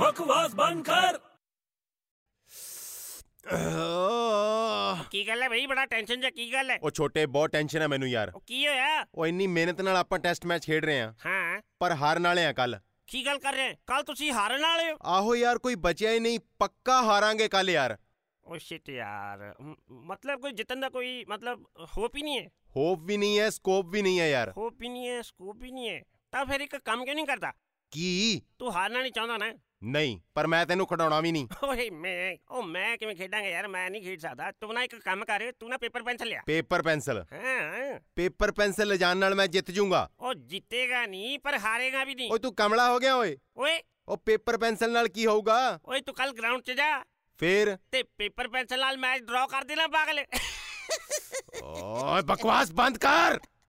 ਬਕਵਾਸ ਬੰਦ ਕਰ ਉਹ ਕੀ ਗੱਲ ਹੈ ਬਈ ਬੜਾ ਟੈਨਸ਼ਨ ਜਾਂ ਕੀ ਗੱਲ ਹੈ ਛੋਟੇ ਬਹੁਤ ਟੈਨਸ਼ਨ ਹੈ ਮੈਨੂੰ ਯਾਰ ਉਹ ਕੀ ਹੋਇਆ ਉਹ ਇੰਨੀ ਮਿਹਨਤ ਨਾਲ ਆਪਾਂ ਟੈਸਟ ਮੈਚ ਖੇਡ ਰਹੇ ਆ ਹਾਂ ਪਰ ਹਾਰਨ ਵਾਲੇ ਆ ਕੱਲ ਕੀ ਗੱਲ ਕਰ ਰਹੇ ਕੱਲ ਤੁਸੀਂ ਹਾਰਨ ਵਾਲੇ ਹੋ ਆਹੋ ਯਾਰ ਕੋਈ ਬਚਿਆ ਹੀ ਨਹੀਂ ਪੱਕਾ ਹਾਰਾਂਗੇ ਕੱਲ ਯਾਰ ਓ ਸ਼ਿਟ ਯਾਰ ਮ- ਮਤਲਬ ਕੋਈ ਜਿੱਤਣ ਦਾ ਕੋਈ ਮਤਲਬ ਹੋਪ ਹੀ ਨਹੀਂ ਹੈ ਹੋਪ ਵੀ ਨਹੀਂ ਹੈ ਸਕੋਪ ਵੀ ਨਹੀਂ ਹੈ ਯਾਰ ਹੋਪ ਹੀ ਨਹੀਂ ਹੈ ਸਕੋਪ ਹੀ ਨਹੀਂ ਹੈ ਤਾਂ ਫਿਰ ਇੱਕ ਕੰਮ ਕਿਉਂ ਨਹੀਂ ਕਰਦਾ ਕੀ ਤੂੰ ਹਾਰਨਾ ਨਹੀਂ ਚਾਹੁੰਦਾ ਨਾ ਨਹੀਂ ਪਰ ਮੈਂ ਤੈਨੂੰ ਖਿਡਾਉਣਾ ਵੀ ਨਹੀਂ ਓਏ ਮੈਂ ਓ ਮੈਂ ਕਿਵੇਂ ਖੇਡਾਂਗਾ ਯਾਰ ਮੈਂ ਨਹੀਂ ਖੇਡ ਸਕਦਾ ਤੂੰ ਨਾ ਇੱਕ ਕੰਮ ਕਰ ਤੂੰ ਨਾ ਪੇਪਰ ਪੈਨਸਲ ਲਿਆ ਪੇਪਰ ਪੈਨਸਲ ਹਾਂ ਪੇਪਰ ਪੈਨਸਲ ਲਿਜਾਣ ਨਾਲ ਮੈਂ ਜਿੱਤ ਜਾਊਂਗਾ ਉਹ ਜਿੱਤੇਗਾ ਨਹੀਂ ਪਰ ਹਾਰੇਗਾ ਵੀ ਨਹੀਂ ਓਏ ਤੂੰ ਕਮਲਾ ਹੋ ਗਿਆ ਓਏ ਓਏ ਉਹ ਪੇਪਰ ਪੈਨਸਲ ਨਾਲ ਕੀ ਹੋਊਗਾ ਓਏ ਤੂੰ ਕੱਲ ਗਰਾਊਂਡ 'ਚ ਜਾ ਫੇਰ ਤੇ ਪੇਪਰ ਪੈਨਸਲ ਨਾਲ ਮੈਚ ਡਰਾ ਕਰ ਦੇਣਾ ਪਾਗਲ ਓਏ ਬਕਵਾਸ ਬੰਦ ਕਰ